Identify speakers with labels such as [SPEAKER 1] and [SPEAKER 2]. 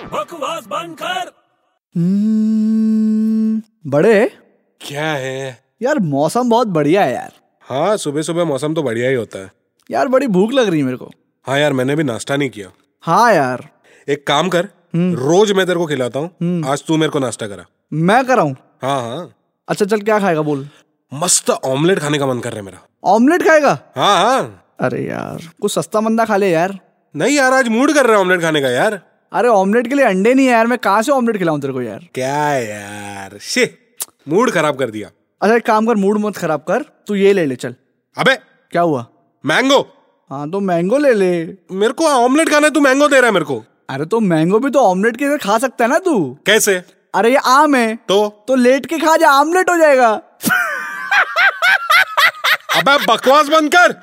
[SPEAKER 1] आवाज बंद कर
[SPEAKER 2] हम्म, बड़े
[SPEAKER 3] क्या है
[SPEAKER 2] यार मौसम बहुत बढ़िया है यार
[SPEAKER 3] हाँ सुबह सुबह मौसम तो बढ़िया ही होता है
[SPEAKER 2] यार बड़ी भूख लग रही है मेरे को
[SPEAKER 3] हाँ यार मैंने भी नाश्ता नहीं किया
[SPEAKER 2] हाँ यार
[SPEAKER 3] एक काम कर रोज मैं तेरे को खिलाता हूँ आज तू मेरे को नाश्ता करा
[SPEAKER 2] मैं कराऊं
[SPEAKER 3] हाँ हाँ
[SPEAKER 2] अच्छा चल क्या खाएगा बोल
[SPEAKER 3] मस्त ऑमलेट खाने का मन कर रहा है मेरा
[SPEAKER 2] ऑमलेट खाएगा
[SPEAKER 3] हाँ हाँ
[SPEAKER 2] अरे यार कुछ सस्ता मंदा खा ले यार
[SPEAKER 3] नहीं यार आज मूड कर रहा है ऑमलेट खाने का यार
[SPEAKER 2] अरे ऑमलेट के लिए अंडे नहीं है यार मैं कहाँ से ऑमलेट खिलाऊं तेरे को यार
[SPEAKER 3] क्या यार शे मूड खराब कर दिया
[SPEAKER 2] अच्छा एक काम कर मूड मत खराब कर तू ये ले ले चल
[SPEAKER 3] अबे
[SPEAKER 2] क्या हुआ
[SPEAKER 3] मैंगो
[SPEAKER 2] हाँ तो मैंगो ले ले
[SPEAKER 3] मेरे को ऑमलेट खाना है तू मैंगो दे रहा है मेरे को
[SPEAKER 2] अरे तो मैंगो भी तो ऑमलेट के साथ खा सकता है ना तू
[SPEAKER 3] कैसे
[SPEAKER 2] अरे ये आम है
[SPEAKER 3] तो
[SPEAKER 2] तो लेट के खा जा आमलेट हो जाएगा
[SPEAKER 3] अबे बकवास बंद कर